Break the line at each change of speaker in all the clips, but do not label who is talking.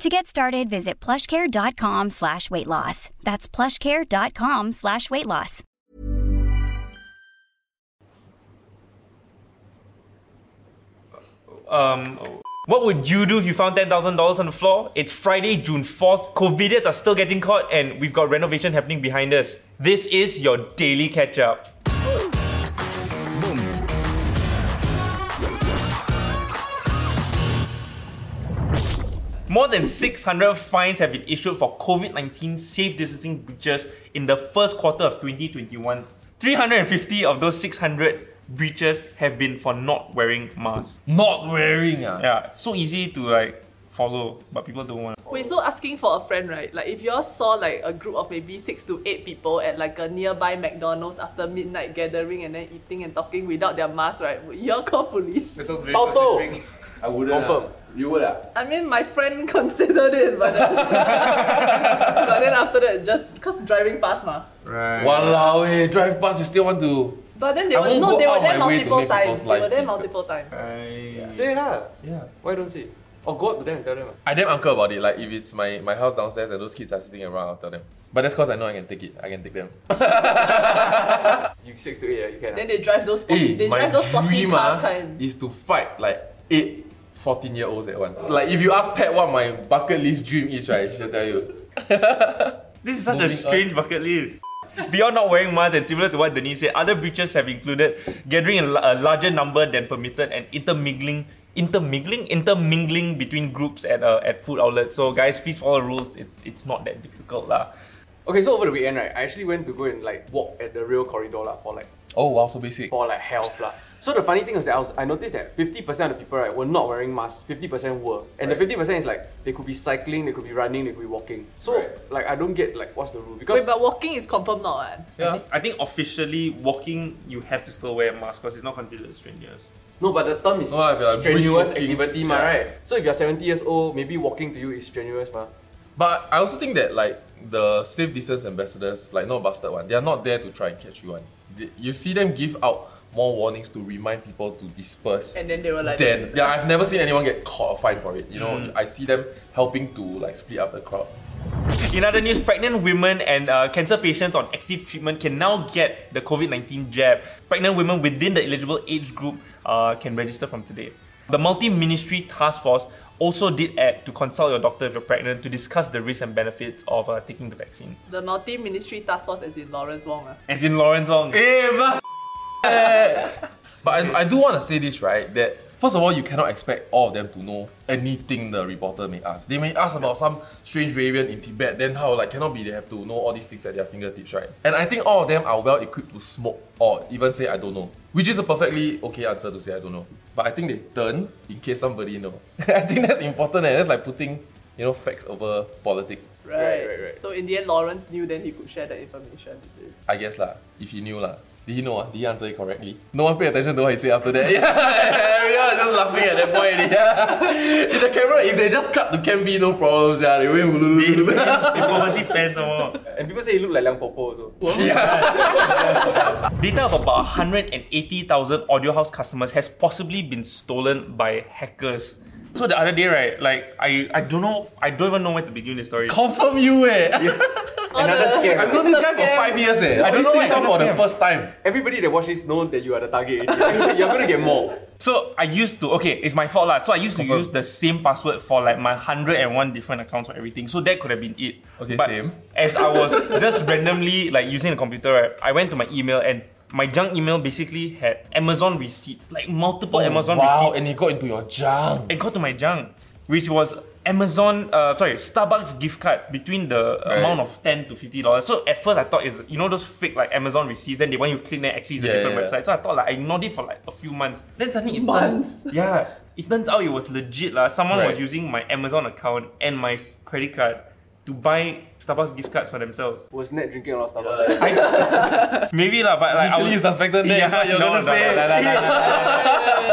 To get started, visit plushcare.com slash weight loss. That's plushcare.com slash weight loss.
Um, what would you do if you found $10,000 on the floor? It's Friday, June 4th. COVIDians are still getting caught, and we've got renovation happening behind us. This is your daily catch up. More than 600 fines have been issued for COVID 19 safe distancing breaches in the first quarter of 2021. 350 of those 600 breaches have been for not wearing masks.
Not wearing ah.
Yeah, so easy to like follow, but people don't want.
Wait, so asking for a friend, right? Like if you all saw like a group of maybe six to eight people at like a nearby McDonald's after midnight gathering and then eating and talking without their mask, right? Would you all call police?
Auto.
I wouldn't.
Confirm.
ah. You would ah.
I mean, my friend considered it, but then, but then after that, just because driving past, ma.
Right.
Walao eh, drive past you still want to.
But then they
I
were
won't
no,
go
they were
out
there
my way to
multiple
make people's
times. They
life
were there
difficult.
multiple times.
Say lah.
Yeah.
Why don't say? Or go up to them and tell them. ah.
I damn uncle about it. Like if it's my, my house downstairs and those kids are sitting around, I'll tell them. But that's cause I know I can take it. I can take them.
You six to eight, ah, you can.
Then
ah.
they drive those sporty,
Eh,
they
my
drive those sporty
dream
cars
ah,
kind.
is to fight like eight 14 year olds at once. Like if you ask Pat what my bucket list dream is, right, she'll tell you.
This is such a
Moving
strange bucket list. Beyond not wearing masks and similar to what Denise said, other breaches have included gathering in la- a larger number than permitted and intermingling, intermingling, intermingling between groups at uh, at food outlets. So guys, please follow the rules. It's it's not that difficult lah.
Okay, so over the weekend, right, I actually went to go and like walk at the rail corridor lah for like
Oh wow, so basic.
for like health lah. So the funny thing was that I, was, I noticed that 50% of the people right were not wearing masks, 50% were. And the 50% is like they could be cycling, they could be running, they could be walking. So
Right.
like I don't get like what's the rule because
Wait, but walking is confirmed not, eh?
Yeah.
I think officially walking, you have to still wear a mask because it's not considered strenuous.
no, but the term is
No lah, if you're brisk
strenuous
walking.
activity, ma,
Yeah.
right? So if you're 70 years old, maybe walking to you is strenuous, ma.
But I also think that like the safe distance ambassadors, like not busted one, they are not there to try and catch you one. They- You see them give out more warnings to remind people to disperse.
And then they Mm. were like,
Then yeah, I've never seen anyone get caught or fined for it. You know, I see them helping to like split up the crowd.
In other news, pregnant women and uh, cancer patients on active treatment can now get the COVID 19 jab. Pregnant women within the eligible age group uh, can register from today. The multi ministry task force also did add to consult your doctor if you're pregnant to discuss the risks and benefits of uh, taking the vaccine.
the multi ministry task force as in Lawrence Wong. ah.
As in Lawrence Wong.
Eh, but But I, I do want to say this, right? That first of all, you cannot expect all of them to know anything the reporter may ask. They may ask about some strange variant in Tibet, then how, like, cannot be they have to know all these things at their fingertips, right? And I think all of them are well equipped to smoke or even say, I don't know, which is a perfectly okay answer to say, I don't know. But I think they turn in case somebody know. I think that's important, and that's like putting, you know, facts over politics.
Right.
right, right.
So in the end, Lawrence knew then he could share the information. is it?
I guess lah, if he knew lah. Did he know? ah? Did he answer it correctly? No one paid attention to what he said after that. Yeah, everyone was just laughing at that point. already. Yeah. If the camera, if they just cut to Cam B, no problems. Yeah, they went.
They, they purposely panned some more.
And people say you look like Lang Popo also.
Data of about 180,000 Audio House customers has possibly been stolen by hackers. So the other day, right, like I, I don't know, I don't even know where to begin the story.
Confirm you eh.
Another
the-
scam.
I've known this guy for
Scam.
five years eh.
I don't know
These things
why I
come for the
understand.
first time.
Everybody that watches know that you are the target. already. You're gonna get
Oh,
more.
So I used to okay, it's my fault lah. So I used to
Confirm.
use the same password for like my hundred and one different accounts for everything. So that could have been it.
Okay,
But
same.
As I was just randomly like using the computer, right, I went to my email and my junk email basically had Amazon receipts, like multiple Amazon
Oh, wow,
receipts.
and he got into your junk.
It got to my junk, which was Amazon, uh, sorry, Starbucks gift card between the
Right.
amount of ten to fifty dollars. So at first I thought is you know those fake like Amazon receipts. Then they want you to click there actually it's
Yeah,
a different
yeah, yeah.
website. So I thought like I ignored it for like a few months. Then suddenly it
Months?
Turns, yeah, it turns out it was legit lah. Someone was
Right.
using my Amazon account and my s- credit card to buy Starbucks gift cards for themselves.
Was Ned drinking a lot of Starbucks?
Maybe lah, but like I
Initially,
was-
you suspected that is what you're
no,
gonna
no,
say.
No, no, no, no, no, no,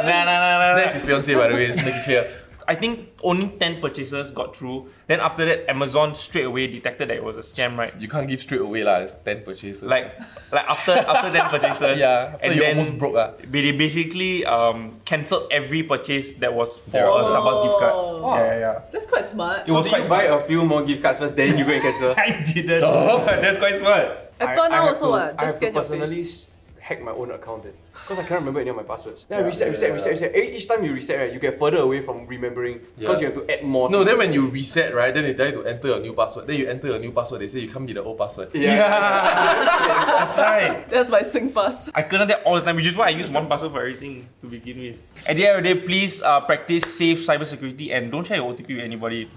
no, no, no, no.
That's his fiance, by the way, just make it clear.
I think only 10 purchases got through. Then after that, Amazon straight away detected that it was a scam, right?
You can't give straight away, lah. It's 10 purchases.
Like, like after after 10 purchases,
Yeah, after
and
you
then
almost broke, ah.
They they basically um, cancelled every purchase that was for
Yeah.
a Starbucks gift card.
Oh,
Wow.
yeah.
that's quite smart.
It
So
was
do
quite
you buy a few more gift cards first, then you go and cancel?
I didn't.
Oh.
That's quite smart.
Apple
I- I
now
have
also
to-
what?
I
Just
have to
scan your
personally
face.
s- hack my own account because I can't remember any of my passwords. Then I
Yeah,
reset,
yeah,
reset,
yeah.
reset, reset. Eh, Each time you reset, right, you get further away from remembering because
Yeah.
you have to add more.
No,
things.
then when you reset, right, then they tell you to enter your new password. Then you enter your new password, they say you can't be the old password.
yeah.
Yeah, that's right.
That's my SingPass.
I couldn't do that all the time, which is why I use one password for everything to begin with. At the end of the day, please uh, practice safe cybersecurity and don't share your OTP with anybody.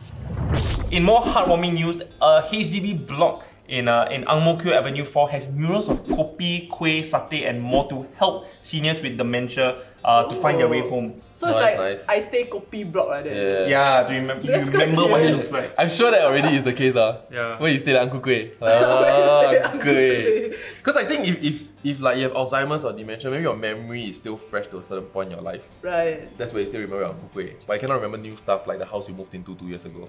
In more heartwarming news, a HDB block in, uh, in Ang Mo Kio Avenue 4 has murals of kopi, kueh, satay, and more to help seniors with dementia uh, to find their way home.
So
Oh,
it's like
that's nice.
I stay copy block like
Yeah.
that.
Yeah, to remember, you
That's quite
remember what it
cute.
looks like.
I'm sure that already is the case, ah.
Yeah.
Where you stay at Uncle Kueh. ah,
Uncle Kueh.
Because I think if, if if like you have Alzheimer's or dementia, maybe your memory is still fresh to a certain point in your life.
Right.
That's where you still remember Uncle Kueh. But you cannot remember new stuff like the house you moved into two years ago.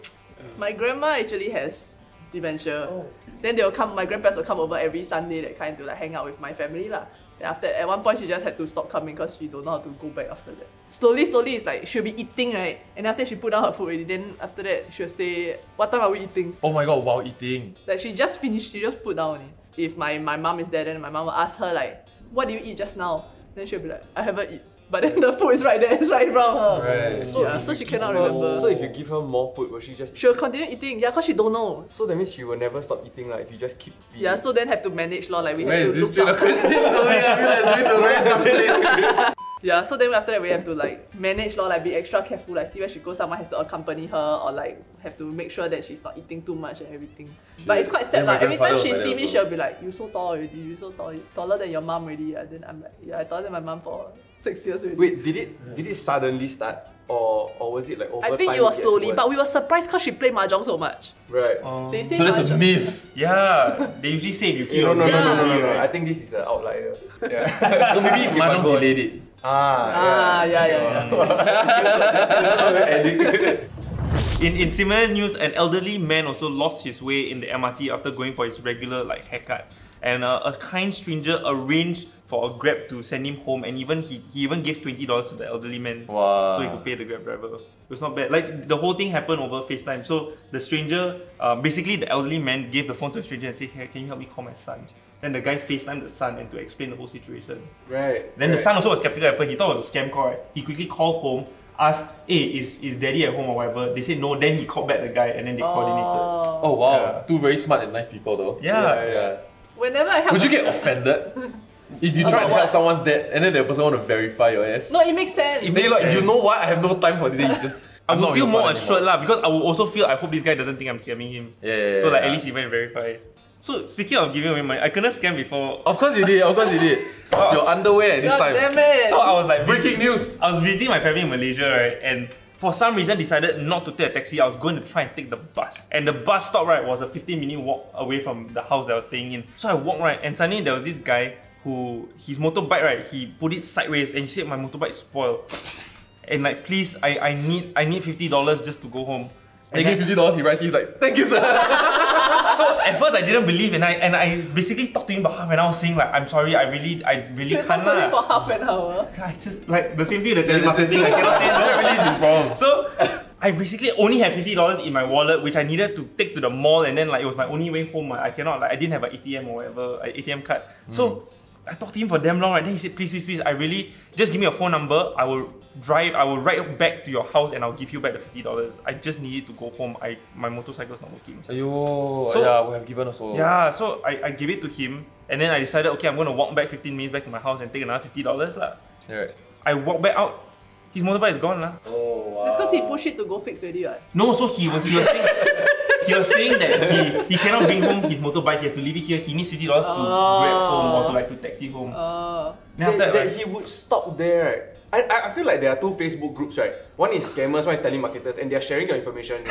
My grandma actually has dementia.
Oh.
Then they'll come. My grandparents will come over every Sunday that kind to like hang out with my family lah. Then after at one point she just had to stop coming because she don't know how to go back after that. Slowly, slowly it's like she'll be eating right, and after she put down her food already, then after that she'll say, "What time are we eating?"
Oh my god, while eating.
Like she just finished, she just put down. only. If my my mom is there, then my mom will ask her like, "What do you eat just now?" Then she'll be like, "I haven't eat." But then the food is right there, it's right in front of her.
Right.
So
yeah,
if
so
you
she
give
cannot
her-
remember.
Oh. So if you give her more food, will she just?
she'll continue eating. Yeah, cause she don't know.
So that means she will never stop eating. Like if you just keep. Feeding.
Yeah, so then have to manage lor. Like we
Where
have
is
to
this
look
train
up.
of question going? I feel like it's going to a very dark place.
Yeah, so then after that we have to like manage lor, like be extra careful, like see where she goes, someone has to accompany her or like have to make sure that she's not eating too much and everything. but it's quite
Yeah,
sad
my
like every time
grandfather
she
was like
see
that
me,
also.
she'll be like, You so tall already, you so tall taller than your mom already. Yeah. Then I'm like, Yeah, I taller than my mom for six years already.
Wait, did it did it suddenly start or or was it like over
I think
time
it was
gets
slowly,
worse?
but we were surprised because she played mahjong so much.
right.
They say
So that's a
mahjong-
myth.
Um, Yeah, they usually say if you
Eh,
keep
no, no, no, no, no, no, no,
Right?
I think this is an outlier.
No, maybe
Keep on
Mahjong
going.
delayed it.
Ah,
Ah,
yeah, yeah, yeah.
yeah.
In, in similar news, an elderly man also lost his way in the MRT after going for his regular like haircut, and uh, a kind stranger arranged for a grab to send him home, and even he, he even gave twenty dollars to the elderly man,
Wow.
so he could pay the grab driver. It was not bad. Like the whole thing happened over FaceTime. So the stranger, uh, basically the elderly man gave the phone to a stranger and said, "Hey, can you help me call my son?" Then the guy FaceTime the son and to explain the whole situation.
right.
Then the
right.
son also was skeptical at first. He thought it was a scam call. Right? He quickly called home, asked, "Hey, is, is daddy at home or whatever?" They said no. Then he called back the guy, and then they coordinated.
Oh.
Oh wow,
Yeah.
two very smart and nice people though.
Yeah.
Yeah.
Whenever I help
Would you
my-
get offended if you try
About
to help
what?
someone's dad and then the person want to verify your ass?
No, it makes sense.
Then you're like, you know what? I have no time for this. Then you just.
I
I'm
would
not
feel
your
more
friend
assured
anymore.
lah because I would also feel I hope this guy doesn't think I'm scamming him.
Yeah, yeah, yeah,
so like
yeah.
at least he went and verified. So speaking of giving away money, I couldn't scam before.
Of course you did. Of course you did.
Oh.
Your underwear at this
God
time. uh,
damn it.
So I was like
Breaking news.
I was visiting my family in Malaysia, right? And for some reason decided not to take a taxi. I was going to try and take the bus. And the bus stop, right, was a 15 minute walk away from the house that I was staying in. So I walked, right, and suddenly there was this guy who, his motorbike, right, he put it sideways and he said, my motorbike spoiled. And like, please, I, I need I need $50 just to go home.
They
And
give
then-
fifty dollars. He writes. He's like, thank you, sir.
so at first I didn't believe and I and I basically talked to him about half an hour saying like I'm sorry, I really I really
They
can't.
talk to me for
lah."
half an hour.
I just like the same thing that
Then
telemarketing, I cannot say no.
release his problem.
So I basically only had fifty dollars in my wallet, which I needed to take to the mall, and then like it was my only way home. I I cannot like I didn't have an ATM or whatever a ATM card. So I talked to him for damn long, right? Then he said, please, please, please, I really just give me your phone number. I will drive. I will ride back to your house, and I'll give you back the fifty dollars. I just needed to go home. I my motorcycle's not working.
Ayo,
So-
yeah, I would have given also.
Yeah, so I, I gave it to him, and then I decided, okay, I'm gonna walk back fifteen minutes back to my house and take another fifty dollars lah.
Right.
I walk back out. His motorbike is gone lah.
Oh wow.
That's because he pushed it to go fix already, right?
No, so he was, he was saying he was saying that he, he cannot bring home his motorbike. He has to leave it here. He needs fifty dollars to grab home or to like to taxi home.
Uh,
then after
Ah.
that,
that, that
right,
he would stop there. Right? I, I, I feel like there are two Facebook groups, right? One is scammers, one is telemarketers, and they are sharing your information.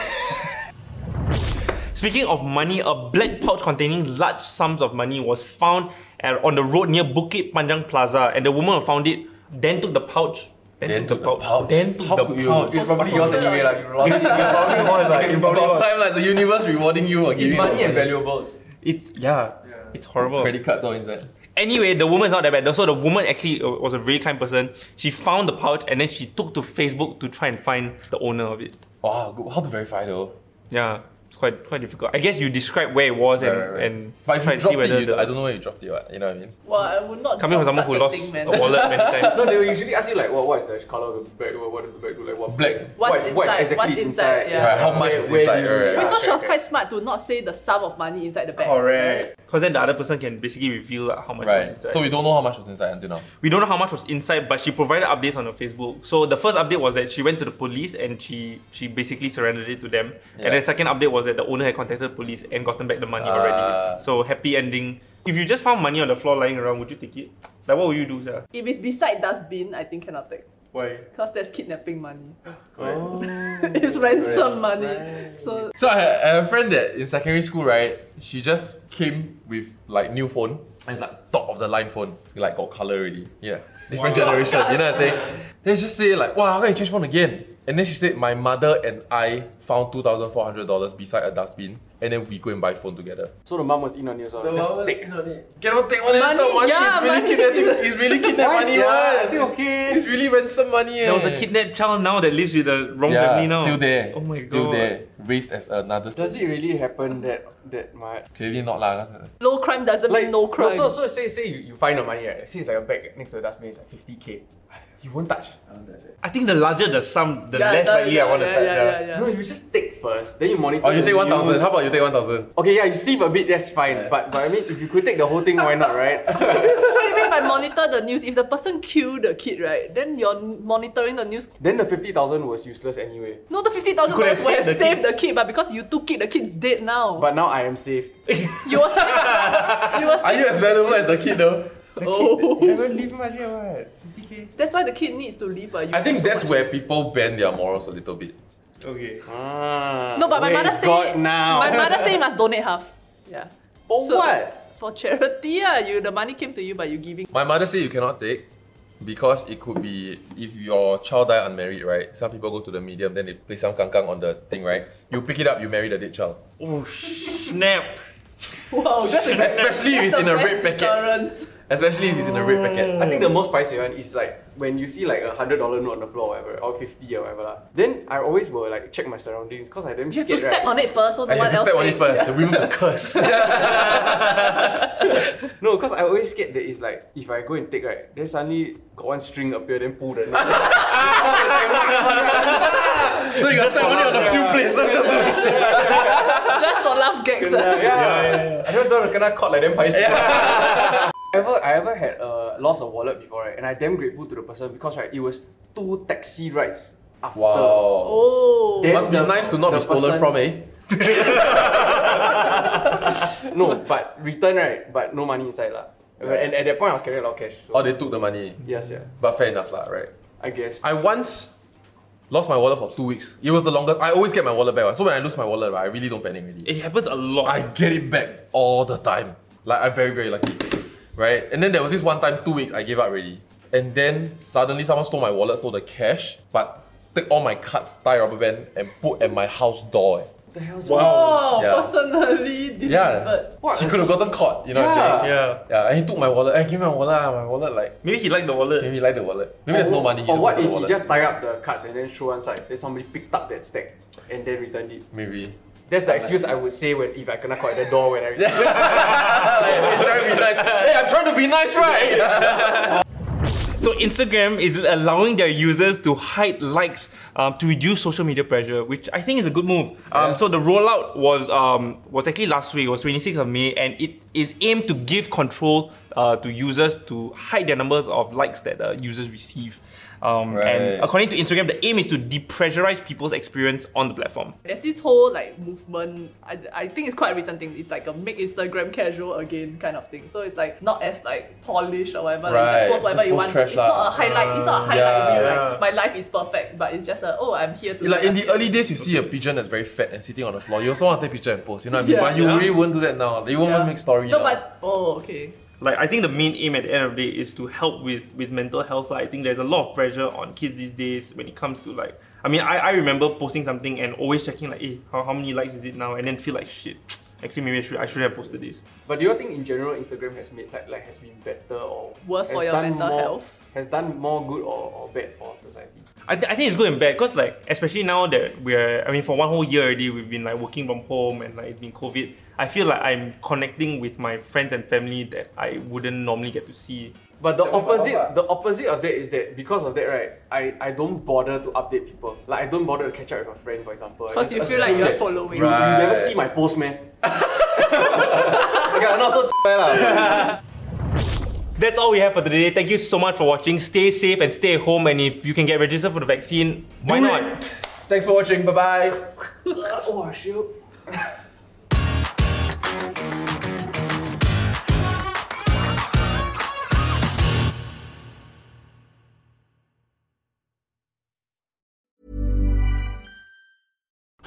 Speaking of money, a black pouch containing large sums of money was found at, on the road near Bukit Panjang Plaza, and the woman who found it then took the pouch.
Then took the pouch.
Then took
How
the
could you-
pouch.
It's probably yours anyway, like, you lost it. You probably was, like, you
About
probably was.
time, like the universe rewarding you or
It's
giving
money
you
and valuables.
It's yeah, it's horrible.
Credit cards all inside.
Anyway, the woman's not that bad. So the woman actually uh, was a very kind person. She found the pouch and then she took to Facebook to try and find the owner of it.
Wow, good. how to verify though?
Yeah, it's quite quite difficult. I guess you describe where it was and
Right, right, right.
and
but if
try
you
and see
dropped
whether
it, you,
the,
I don't know where you dropped it. What, you know what I mean?
Well, I would not
coming from someone
drop
who
such
lost
a thing, man.
a wallet many times.
No, they will usually ask you like, what, what is the color of the bag? What, what does the bag look like? What
Black.
What
What's
is, what
inside?
is exactly
What's
is
inside,
inside?
yeah. Right,
how much is inside,
do you-
right, right.
Wait, so
Okay,
she was
okay.
quite smart to not say the sum of money inside the bag.
Correct. Because then the other person can basically reveal like, how much was
Right.
inside.
So we don't know how much was inside until now.
we don't know how much was inside, but she provided updates on her Facebook. So the first update was that she went to the police and she she basically surrendered it to them.
Yeah.
And the second update was that the owner had contacted police and gotten back the money
Ah.
already. So happy ending. If you just found money on the floor lying around, would you take it? Like what would you do, sir?
If it's beside dustbin, I think cannot take.
Why?
Because that's kidnapping money.
Correct.
it's ransom money. So
So I had, I had a friend that in secondary school, right? She just came with like new phone. And it's like top of the line phone. Like got color already. Yeah. Different generation. You know what I'm saying? Then she just say like, wow, how can you change phone again? And then she said, my mother and I found $2,400 beside a dustbin. And then we go and buy phone together.
So the mum was in on yours. or just take.
Cannot take one
Money,
extra money. it's
yeah,
really
money.
kidnapping. It's really kidnap
Why,
money.
sia?
man.
I think okay.
It's really ransom money.
There was a
eh.
kidnapped child now that lives with the wrong
Yeah,
family now.
still there.
Oh my
still
god.
there. Raised as another.
Does it really happen that that my
Clearly not lah.
low crime doesn't mean no crime.
So so say say you, you find the money right. Say it's like a bag next to the dustbin. It's like fifty k. You won't touch.
I think the larger the sum, the
Yeah,
less
yeah,
likely I want to
yeah,
touch.
yeah, yeah, yeah.
No, you just take first. Then you monitor.
Oh, you
the
take one thousand.
news.
How about you take one thousand?
Okay, yeah, you save a bit. That's fine. But but I mean, if you could take the whole thing, why not, right?
What do you mean by monitor the news? If the person killed the kid, right, then you're n- monitoring the news.
then the fifty thousand was useless anyway.
No, the fifty thousand
You could have
dollars would have
saved
saved
the
the
kids.
kid, but because you took it, the kid's dead now.
But now I am safe.
you were saved. you were
Are you as
saved.
valuable as the kid though?
Oh.
haven't leave much yet, what? Fifty k.
That's why the kid needs to leave. Uh, you
I think
so
that's
much-
where people bend their morals a little bit.
Okay.
Ah,
No, but my
where
mother
is
say
God now.
my mother say you must donate half. Yeah.
For
So-
what?
For charity, uh, you the money came to you, but you giving.
My mother said you cannot take because it could be if your child die unmarried, right? Some people go to the medium, then they place some kangkang on the thing, right? You pick it up, you marry the dead child.
Oh snap.
Wow, that's a
Especially if it's in a red packet.
Deterrence.
Especially if it's in a red packet.
I think the
Hmm.
most pricey one is like when you see like a hundred dollar note on the floor, or whatever, or fifty or whatever. lah. Then I always will like check my surroundings because I damn
You have
scared.
to step
right?
on it first, so
I
no
have
one
to
else.
step on it
take.
first to remove the curse.
No, because I always scared that it's like if I go and take right, then suddenly got one string appear, then pull the. next.
so you got step on it on a few places just to make sure.
Just for love gags.
yeah,
uh.
yeah, I just don't want to kena caught like damn pricey. I ever I ever had a loss of wallet before, right? And I damn grateful to the person because right, it was two taxi rides after.
Wow.
Oh.
Then
Must be
the-
nice to not
the
be stolen
person-
from, eh?
No, but return right, but no money inside lah. And at that point, I was carrying a lot of cash. So.
Or Oh, they took the money.
Yes, yeah,
But fair enough, lah, right?
I guess.
I once lost my wallet for two weeks. It was the longest. I always get my wallet back. So when I lose my wallet, right, I really don't panic really.
It happens a lot.
I get it back all the time. Like I'm very, very lucky. Right? And then there was this one time, two weeks, I gave up already. And then suddenly someone stole my wallet, stole the cash, but took all my cards, tie rubber band, and put at my house door. eh.
the hell's
Wow,
Yeah.
personally delivered.
Yeah.
What?
He could have gotten caught, you know what I'm
Yeah.
saying?
yeah.
Yeah, and he took my wallet. I gave him my wallet, ah, my wallet like
Maybe he liked the wallet.
maybe he like the wallet. Maybe there's no money. he
Or
just
what
wanted
if
the
he
wallet.
just tie up the cards and then throw one side? Then somebody picked up that stack and then returned it.
maybe
That's the excuse I would say when if I cannot call at the door when I return.
Ah, like, hey, trying to be nice. Hey, I'm trying to be nice, right?
So Instagram is allowing their users to hide likes um, to reduce social media pressure, which I think is a good move. Um,
Yeah.
So the rollout was um, was actually last week, it was 26th of May, and it is aimed to give control uh, to users to hide their numbers of likes that uh, users receive. Um,
Right.
And according to Instagram, the aim is to depressurize people's experience on the platform.
There's this whole like movement. I, I think it's quite a recent thing. It's like a make Instagram casual again kind of thing. So it's like not as like polished or whatever. Like, you
Right.
just post whatever
Just
you
post
want.
trash
It's not a
lah. Mm,
highlight. It's not a highlight.
Yeah.
reel, like,
Yeah.
my life is perfect, but it's just a oh I'm here to
Like in the early days, you see a pigeon that's very fat and sitting on the floor. You also want to take picture and post. You know what I mean?
Yeah.
but you
Yeah.
really won't do that now. You won't
Yeah.
even make story.
No,
now.
but oh okay.
Like I think the main aim at the end of the day is to help with with mental health. lah. I think there's a lot of pressure on kids these days when it comes to like. I mean, I, I remember posting something and always checking like, hey, how, how many likes is it now? And then feel like shit. Actually, maybe I should I should have posted this.
But do you all think in general Instagram has made like, like has been better or
Worse
has
for your
done
mental
more-
health?
Has done more good or, or bad for society?
I, th- I think it's good and bad because like especially now that we're I mean for one whole year already we've been like working from home and like it's been COVID. I feel like I'm connecting with my friends and family that I wouldn't normally get to see.
But the
That we got
opposite,
off, ah.
the opposite of that is that because of that, right? I, I don't bother to update people. Like I don't bother to catch up with a friend, for example. I
Because
just
you feel like
assume
you're
that
following.
You, you never
Right.
see my post, man. okay, I'm not so lah.
That's all we have for today. Thank you so much for watching. Stay safe and stay at home. And if you can get registered for the vaccine, why
Do
not?
it. Thanks for watching. Bye bye.
but- Oh shoot.